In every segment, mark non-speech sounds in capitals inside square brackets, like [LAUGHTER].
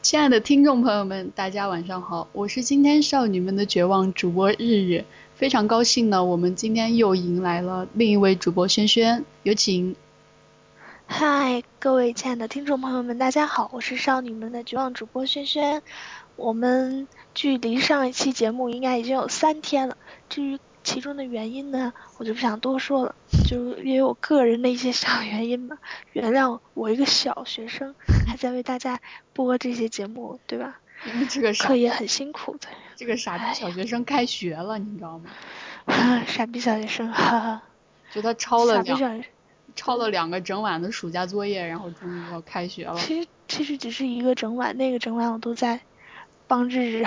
亲爱的听众朋友们，大家晚上好，我是今天少女们的绝望主播日日，非常高兴呢，我们今天又迎来了另一位主播轩轩，有请。嗨，各位亲爱的听众朋友们，大家好，我是少女们的绝望主播轩轩。我们距离上一期节目应该已经有三天了，至于其中的原因呢，我就不想多说了，就因为我个人的一些小原因吧，原谅我一个小学生还在为大家播这些节目，对吧？因为这个傻课业很辛苦的， [LAUGHS] 这个傻逼小学生开学了，你知道吗？傻逼小学生，哈哈，就他抄了啊傻逼小两学生。抄了两个整晚的暑假作业，然后终于要开学了。 [LAUGHS] 其实其实只是一个整晚，那个整晚我都在帮日日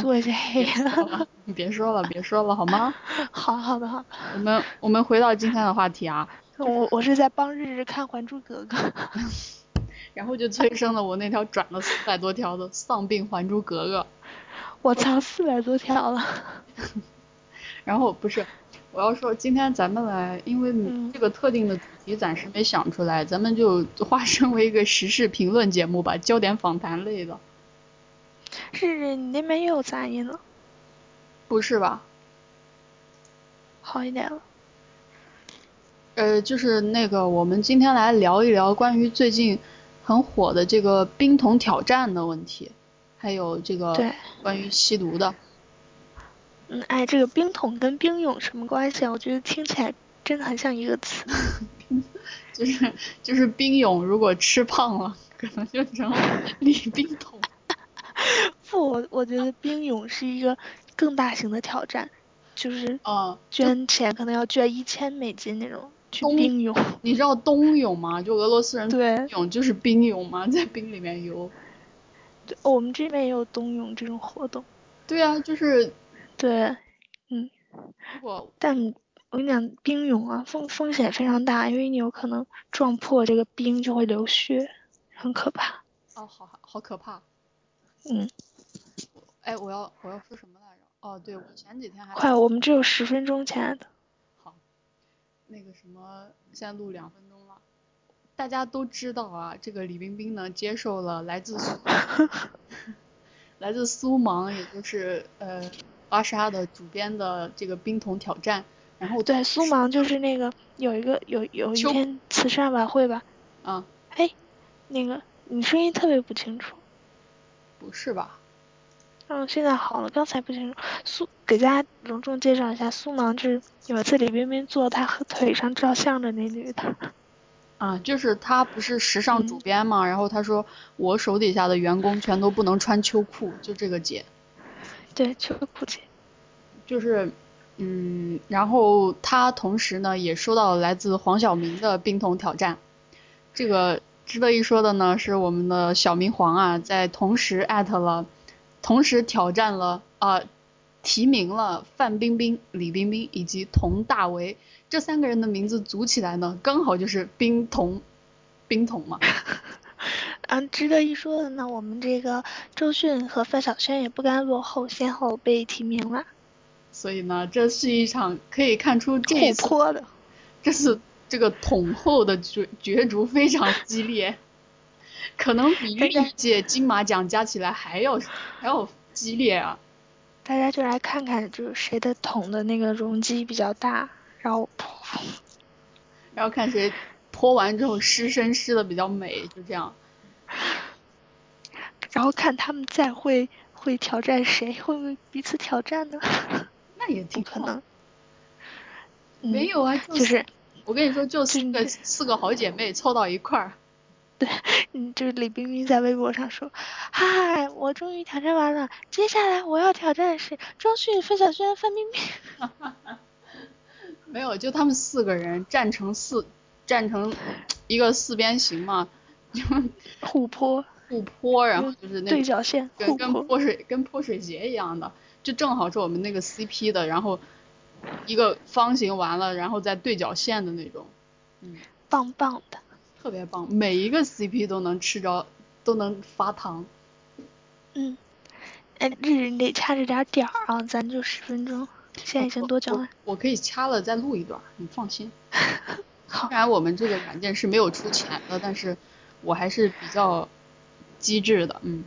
做这别个。说了，你别说了，别说了，好吗？好好的好的，我们我们回到今天的话题啊，我我是在帮日日看《还珠格格》然后就催生了我那条转了四百多条的丧病《还珠格格》。我操，四百多条了。然后不是，我要说今天咱们来，因为嗯这个特定的主题暂时没想出来，咱们就 [LAUGHS] 化身为一个时事评论节目吧，焦点访谈类的，日日，你那边又有杂音了，不是吧？好一点了。呃，就是那个，我们今天来聊一聊关于最近很火的这个冰桶挑战的问题，还有这个对关于吸毒的。嗯，哎，这个冰桶跟冰泳什么关系啊？我觉得听起来真的很像一个词。 [LAUGHS] 就是就是冰勇如果吃胖了，可能就成了 [LAUGHS] 李冰桶。不，我我觉得冰泳是一个更大型的挑战，就是嗯，捐钱可能要捐一千美金那种去冬冰泳。你知道冬泳吗？就俄罗斯人 [LAUGHS] 对冬泳就是冰泳嘛，在冰里面游。对，哦我们这边也有冬泳这种活动。对啊，就是对，嗯，如果但我跟你讲，冰泳啊，风风险非常大，因为你有可能撞破这个冰就会流血，很可怕。哦，好好可怕。嗯，哎，我要我要说什么来着？哦，对，我前几天还快，我们只有十分钟，亲爱的。好，那个什么，现在录两分钟了。大家都知道啊，这个李冰冰呢接受了来自 [LAUGHS] 苏来自苏芒，也就是呃芭莎的主编的这个冰桶挑战，然后对，苏芒就是那个有一个有有一秋天慈善晚会吧？啊、哎，那个你声音特别不清楚。不是吧？嗯，现在好了，刚才不清楚。苏给大家隆重介绍一下，苏芒就是有一次李冰冰坐她腿上照相的那女的。 [LAUGHS] 啊，就是他不是时尚主嗯编嘛，然后他说我手底下的员工全都不能穿秋裤，就这个姐。对，秋裤姐。就是，嗯，然后他同时呢也收到了来自黄晓明的冰桶挑战。这个值得一说的呢是我们的小明黄啊，在同时艾特了，同时挑战了啊、提名了范冰冰、李冰冰以及佟大为这三个人的名字组起来呢，刚好就是冰桶，冰桶嘛。啊，值得一说的呢，我们这个周迅和范晓萱也不甘落后，先后被提名了，所以呢，这是一场可以看出这一互次泼的。这次这个统后的角角逐非常激烈，可能比大家历届金马奖加起来还要 [LAUGHS] 还要激烈啊！大家就来看看，就是谁的桶的那个容积比较大，然后噗然后看谁泼完之后湿身湿的比较美，就这样。然后看他们再会会挑战谁，会不会彼此挑战呢？ [LAUGHS] 那也不挺可好能。没嗯，有啊，就，就是我跟你说，就四是个四个好姐妹凑到一块儿，嗯，就是李冰冰在微博上说：“嗨，我终于挑战完了，接下来我要挑战的是周迅、范晓萱、范冰 [LAUGHS] 冰。”没有，就他们四个人站成四站成一个四边形嘛，就互泼互泼，然后就是那对个角线跟互跟泼，泼水跟泼水节一样的，就正好是我们那个 CP 的，然后一个方形完了，然后再对角线的那种，棒棒的。特别棒，每一个 CP 都能吃着，都能发糖。嗯，哎，日日你得掐着点儿点儿啊，咱就十分钟，现在已经多啊久我了？我可以掐了再录一段，你放心。 [LAUGHS] 好虽然我们这个软件是没有出钱的，但是我还是比较机制的，嗯，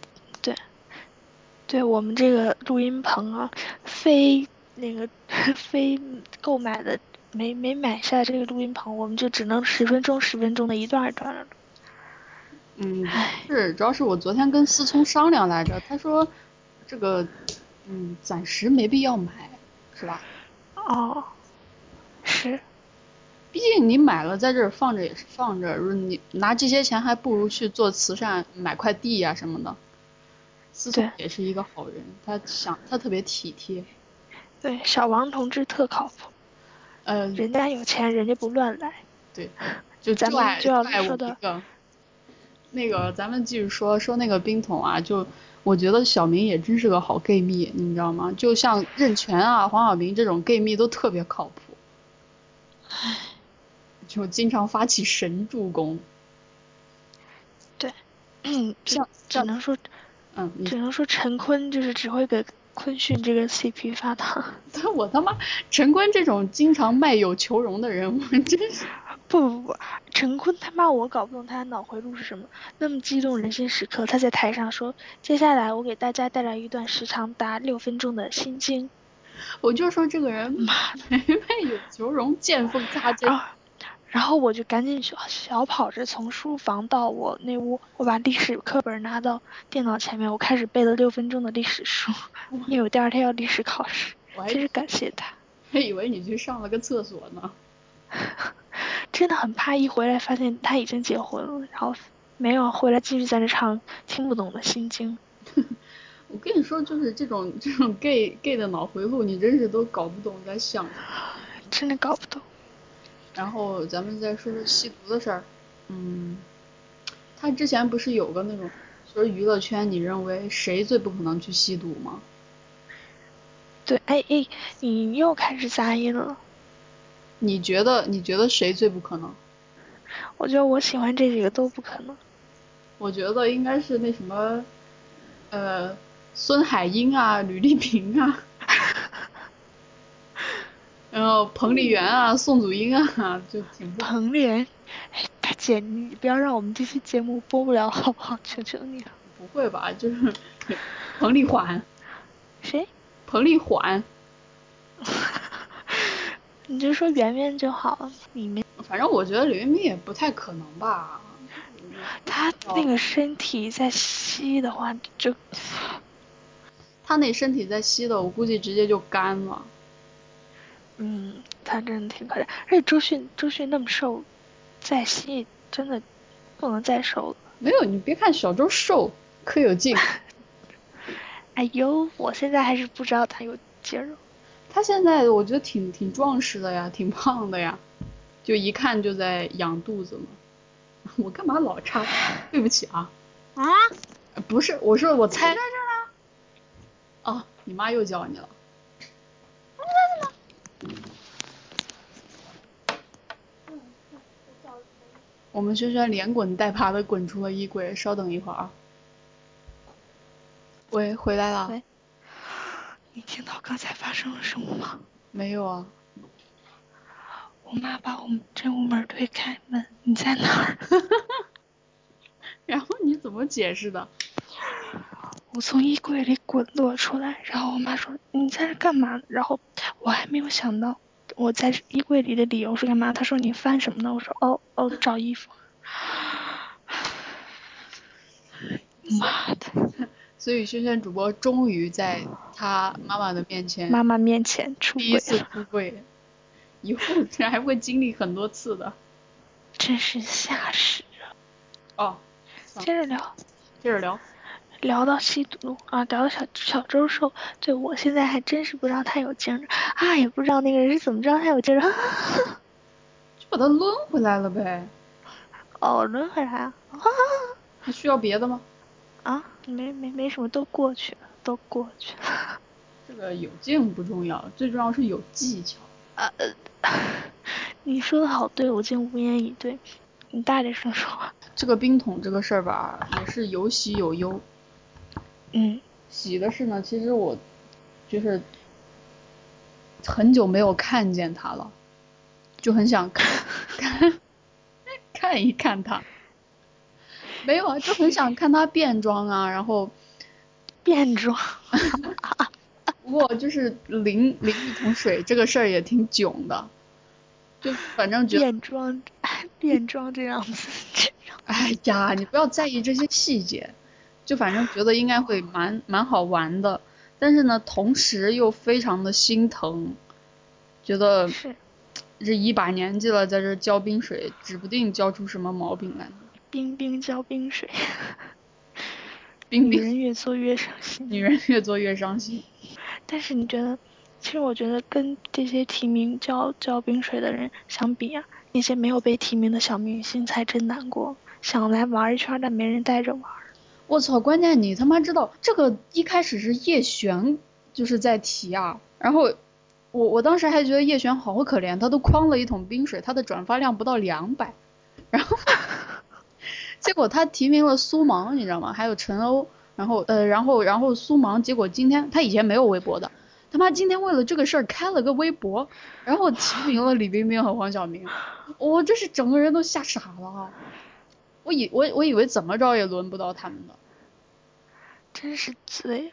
对我们这个录音棚啊，非那个 [LAUGHS] 非购买的没没买下这个录音棚，我们就只能十分钟十分钟的一段儿一段的录。嗯，唉，是，主要是我昨天跟思聪商量来着，他说这个，嗯，暂时没必要买，是吧？哦，是，毕竟你买了在这儿放着也是放着，如果你拿这些钱还不如去做慈善，买块地呀、什么的。思聪也是一个好人，他想他特别体贴，对，小王同志特靠谱，呃，人家有钱，人家不乱来。对，就咱就们爱就要爱我说一的个。那个，咱们继续说说那个冰桶啊，就我觉得小明也真是个好 gay 蜜，你知道吗？就像任泉啊、黄晓明这种 gay 蜜都特别靠谱，就经常发起神助攻，对， [CLEARS THROAT] 嗯，只像只像能说嗯，你只能说陈坤就是只会给坤训这个 CP 发糖。但 [LAUGHS] 我他妈陈坤这种经常卖友求荣的人，我真是不不不，陈坤他妈我搞不懂他脑回路是什么。那么激动人心时刻，他在台上说：“接下来我给大家带来一段时长达六分钟的心经。我就说这个人卖友求荣，见缝插”针。啊，然后我就赶紧小小跑着从书房到我那屋，我把历史课本拿到电脑前面，我开始背了六分钟的历史书，因为我第二天要历史考试。我还真是感谢他， [LAUGHS] 还以为你去上了个厕所呢。真的很怕一回来发现他已经结婚了，然后没有回来继续在那唱听不懂的心经。我跟你说，就是这种这种 [LAUGHS] gay gay 的脑回路，你真是都搞不懂在想什么。真的搞不懂。然后咱们再说说吸毒的事儿。嗯，他之前不是有个那种，就是娱乐圈，你认为谁最不可能去吸毒吗？对，哎哎，你又开始杂音了。你觉得你觉得谁最不可能？我觉得我喜欢这几个都不可能。我觉得应该是那什么，呃，孙海英啊，吕丽萍啊， [LAUGHS] 然后彭丽媛啊，宋祖英啊，就挺不彭丽媛，哎，大姐，你不要让我们这期节目播不了好不好？求求你了。不会吧？就是 [LAUGHS] 彭丽媛，谁？ [LAUGHS] 彭丽媛，你就说圆圆就好了。你们反正我觉得李云冰也不太可能吧。她那个身体在吸的话，就她那身体在吸的，我估计直接就干了。嗯，她真的挺可怜。而且周迅，周迅那么瘦，再吸真的不能再瘦了。没有，你别看小周瘦，可有劲。哎呦，我现在还是不知道她有肌肉。他现在我觉得挺挺壮实的呀，挺胖的呀，就一看就在养肚子嘛。 [LAUGHS] 我干嘛老插？对不起啊，啊？呃不是，我说我猜在这儿呢。哦，你妈又叫你了。我们轩轩连滚带爬的滚出了衣柜，稍等一会儿啊。喂，回来啦？喂你听到刚才发生了什么吗？没有啊。我妈把我们这屋门推开，问你在哪儿？ [LAUGHS] 然后你怎么解释的？我从衣柜里滚落出来，然后我妈说你在这干嘛？然后我还没有想到我在衣柜里的理由是干嘛？她说你翻什么呢？我说哦哦找衣服。妈的，所以轩轩主播终于在他妈妈的面前妈妈面前出第一轨次了，出柜，以后这还会经历很多次的。真是吓死了。哦，接着聊。接着聊。聊到吸毒啊，聊到小小周瘦，对我现在还真是不知道他有精神啊，也不知道那个人是怎么知道他有精神。 [LAUGHS] 就把他抡回来了呗。哦，轮回来啊还需要别的吗？啊，没没没什么，都过去了，都过去了。这个有劲不重要，最重要是有技巧。啊，呃 [LAUGHS] 你说的好对，我竟无言以对。你大点声说话。这个冰桶这个事儿吧，也是有喜有忧。嗯喜的是呢，其实我就是很久没有看见他了， [LAUGHS] 就很想看看看一看他。没有啊，就很想看他变装啊，然后变装，不过就是淋淋一桶水这个事儿也挺囧的，就反正觉得变装，变装这样子， [LAUGHS] 这样哎呀，你不要在意这些细节，就反正觉得应该会蛮蛮好玩的，但是呢，同时又非常的心疼，觉得是这一把年纪了，在这儿浇冰水，指不定浇出什么毛病来呢。冰冰浇冰水， [LAUGHS] 冰女冰，人越做越伤心。女人越做越伤心。但是你觉得，其实我觉得跟这些提名浇浇冰水的人相比啊，那些没有被提名的小明星才真难过，想来玩一圈儿但没人带着玩儿。我操！关键你他妈知道这个一开始是叶璇就是在提啊，然后我我当时还觉得叶璇好可怜，她都诓了一桶冰水，她的转发量不到两百，然后结果她提名了苏芒，你知道吗？还有陈欧，然后呃，然后然后苏芒，结果今天她以前没有微博的，他妈今天为了这个事儿开了个微博，然后提名了李冰冰和黄晓明，我这是整个人都吓傻了啊！我以我我以为怎么着也轮不到他们的。真是醉了。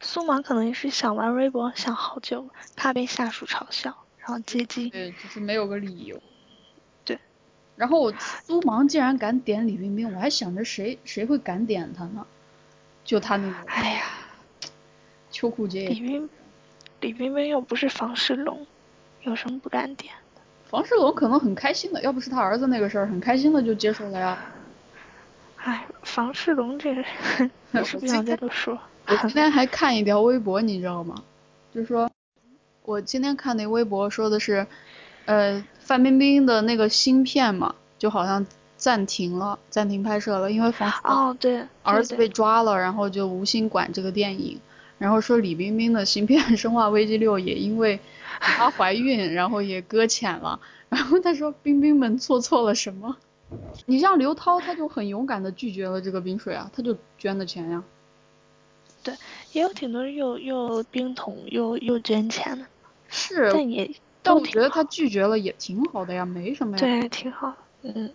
苏芒可能也是想玩微博，想好久了，怕被下属嘲笑，然后接机。对，就是没有个理由。对。然后苏芒竟然敢点李冰冰，我还想着谁谁会敢点他呢？就他那个哎呀，秋裤节李也，冰，李冰冰又不是房世龙，有什么不敢点？房世龙可能很开心的，要不是他儿子那个事儿，很开心的就接受了呀。哎，房世龙这个人， [LAUGHS] 我也是不今想天再多说。我今天还看一条微博，你知道吗？就是说，我今天看那微博说的是，呃，范冰冰的那个新片嘛，就好像暂停了，暂停拍摄了，因为房世龙哦，对，儿对子对被抓了，然后就无心管这个电影，然后说李冰冰的新片《生化危机六》也因为 [LAUGHS] 她怀孕，然后也搁浅了。然后他说冰冰们做错了什么？你像刘涛，他就很勇敢的拒绝了这个冰水啊，他就捐的钱呀、也有挺多人又又冰桶又又捐钱的，是，但也但都我挺觉得好他拒绝了也挺好的呀，没什么呀。对挺好的，嗯，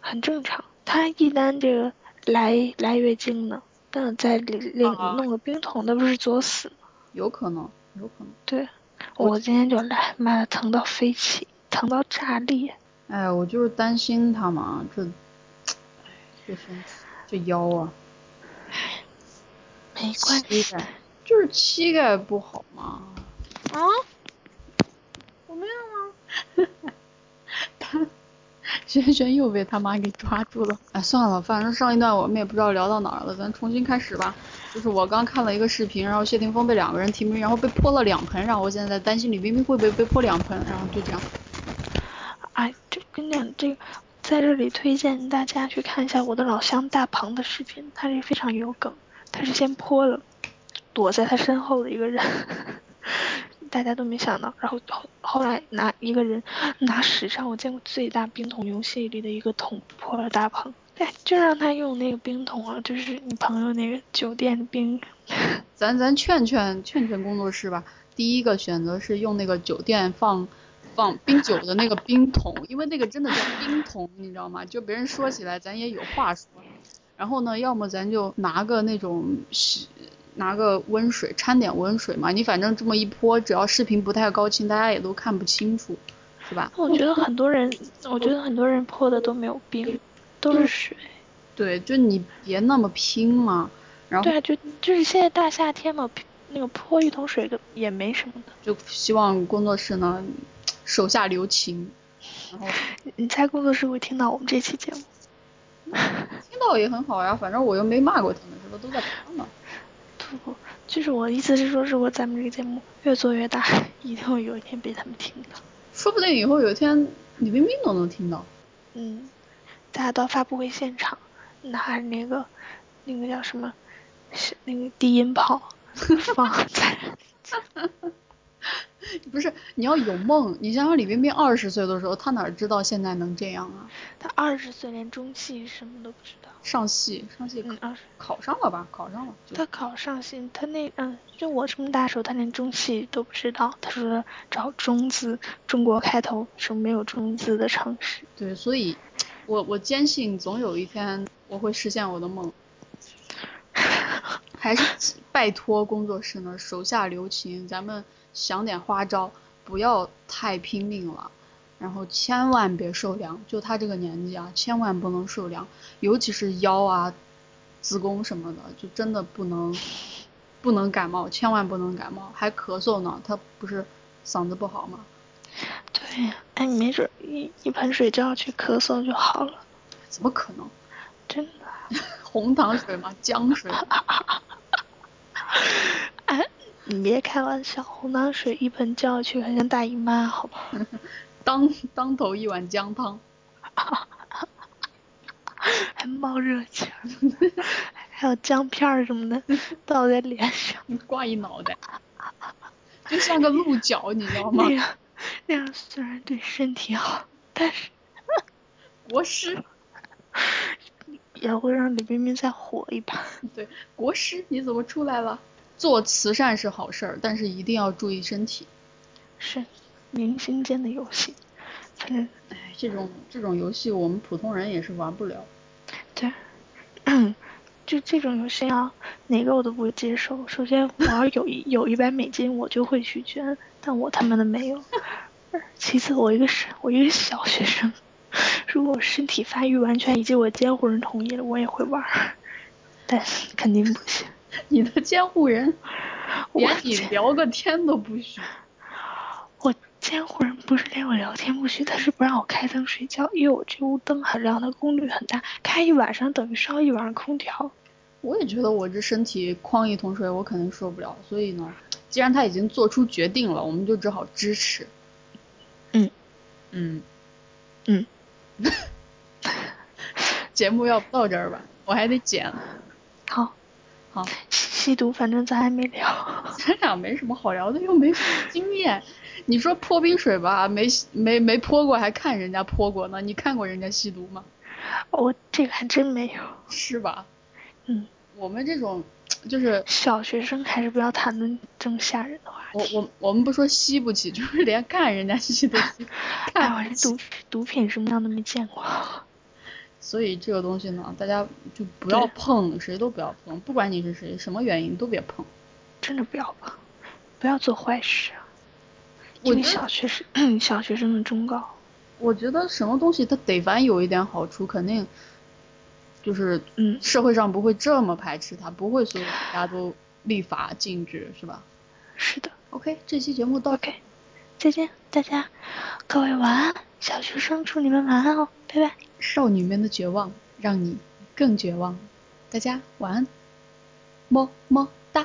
很正常。他一旦这个来来月经呢，但再里里啊弄个冰桶，那不是作死吗？有可能，有可能。对，我我今天就来，妈的疼到飞起，疼到炸裂。哎，我就是担心他嘛，这，哎，这身体，这腰啊。没关膝系的盖，就是膝盖不好嘛。啊，我没有啊吗？他轩轩又被他妈给抓住了。哎，算了，反正上一段我们也不知道聊到哪儿了，咱重新开始吧。就是我刚看了一个视频，然后谢霆锋被两个人提名，然后被泼了两盆，然后我现在在担心李冰冰会不会被泼两盆，然后就这样。哎，这跟你讲，这个在这里推荐大家去看一下我的老乡大鹏的视频，他是非常有梗，他是先泼了躲在他身后的一个人， [LAUGHS] 大家都没想到，然后后后来拿一个人拿史上我见过最大冰桶游戏里的一个桶泼了大鹏，对，就让他用那个冰桶啊，就是你朋友那个酒店冰，咱咱劝劝劝劝工作室吧。第一个选择是用那个酒店放放冰酒的那个冰桶，因为那个真的叫冰桶，你知道吗？就别人说起来，咱也有话说。然后呢，要么咱就拿个那种洗拿个温水掺点温水嘛，你反正这么一泼，只要视频不太高清，大家也都看不清楚，是吧？我觉得很多人，我觉得很多人泼的都没有冰，都是水。对，就你别那么拼嘛。然后对啊，就就是现在大夏天嘛，那个泼一桶水的也没什么的。就希望工作室呢手下留情，然后。你你猜工作室会听到我们这期节目？听到也很好呀，反正我又没骂过他们，是吧？都在帮呢。不不，就是我的意思是说，如果咱们这个节目越做越大， [LAUGHS] 一定会有一天被他们听到。说不定以后有一天李冰冰都能听到。嗯，大家到发布会现场拿那个那个叫什么，是那个低音炮 [LAUGHS] 放在，不是，你要有梦，你想想李冰冰二十岁的时候，她哪知道现在能这样啊？他二十岁连中戏什么都不知道。上戏，上戏嗯，二十。考上了吧？考上了。就他考上戏，他那嗯，就我这么大的时候，他连中戏都不知道。他说找中字，中国开头是没有中字的城市。对，所以我我坚信总有一天我会实现我的梦。还是拜托工作室呢，手下留情，咱们想点花招，不要太拼命了。然后千万别受凉，就他这个年纪啊，千万不能受凉，尤其是腰啊、子宫什么的，就真的不能不能感冒，千万不能感冒，还咳嗽呢。他不是嗓子不好吗？对呀，哎，你没准儿一一盆水浇下去咳嗽就好了，怎么可能？真的。红糖水嘛，姜水。哎，你别开玩笑，红糖水一盆浇下去，很像大姨妈，好 [LAUGHS] 吧？当 [LAUGHS] 当头一碗姜汤，还冒热气儿， [LAUGHS] 还有姜片儿什么的倒在脸上，挂一脑袋，就像个鹿角，你知道 [LAUGHS] 吗那？样那样虽然对身体好，但是国师，也会让李冰冰再火一把。对，国师你怎么出来了？做慈善是好事儿，但是一定要注意身体。是明星间的游戏，反正哎，这种这种游戏我们普通人也是玩不了。对， [CLEARS THROAT] 就这种游戏啊，哪个我都不会接受。首先，我要有一有一百美金，我就会去捐，但我他妈的没有。其次，我一个是，我一个小学生，如果我身体发育完全以及我监护人同意了，我也会玩儿，但是肯定不行。你的监护人我连你聊个天都不许，我监护人不是连我聊天不许，他是不让我开灯睡觉，因为我这屋灯很亮，它功率很大，开一晚上等于烧一晚上空调。我也觉得我这身体哐一桶水，我肯定受不了。所以呢，既然他已经做出决定了，我们就只好支持。嗯嗯，嗯，节目要不到这儿吧，我还得剪。好，好，吸毒，反正咱还没聊。咱俩没什么好聊的，又没什么经验。你说泼冰水吧，没没没泼过，还看人家泼过呢。你看过人家吸毒吗？我这个还真没有。是吧？嗯，我们这种就是小学生还是不要谈论这么吓人的话我题。我我们不说吸不起， [LAUGHS] 就是连看人家吸都吸， [LAUGHS] 哎，看我不连起毒毒品什么样都没见过。所以这个东西呢，大家就不要对碰，谁都不要碰，不管你是谁，什么原因都别碰。真的不要吧，不要做坏事啊。我因为觉得小学生， [CLEARS THROAT] 小学生的忠告，我觉得什么东西它得凡有一点好处，肯定就是嗯社会上不会这么排斥它，不会所有大家都立法禁止，是吧是的。 ？OK，这期节目到这 OK，再见，大家，各位晚安，小学生祝你们晚安哦，拜拜。少女们的绝望让你更绝望，大家晚安，么么哒。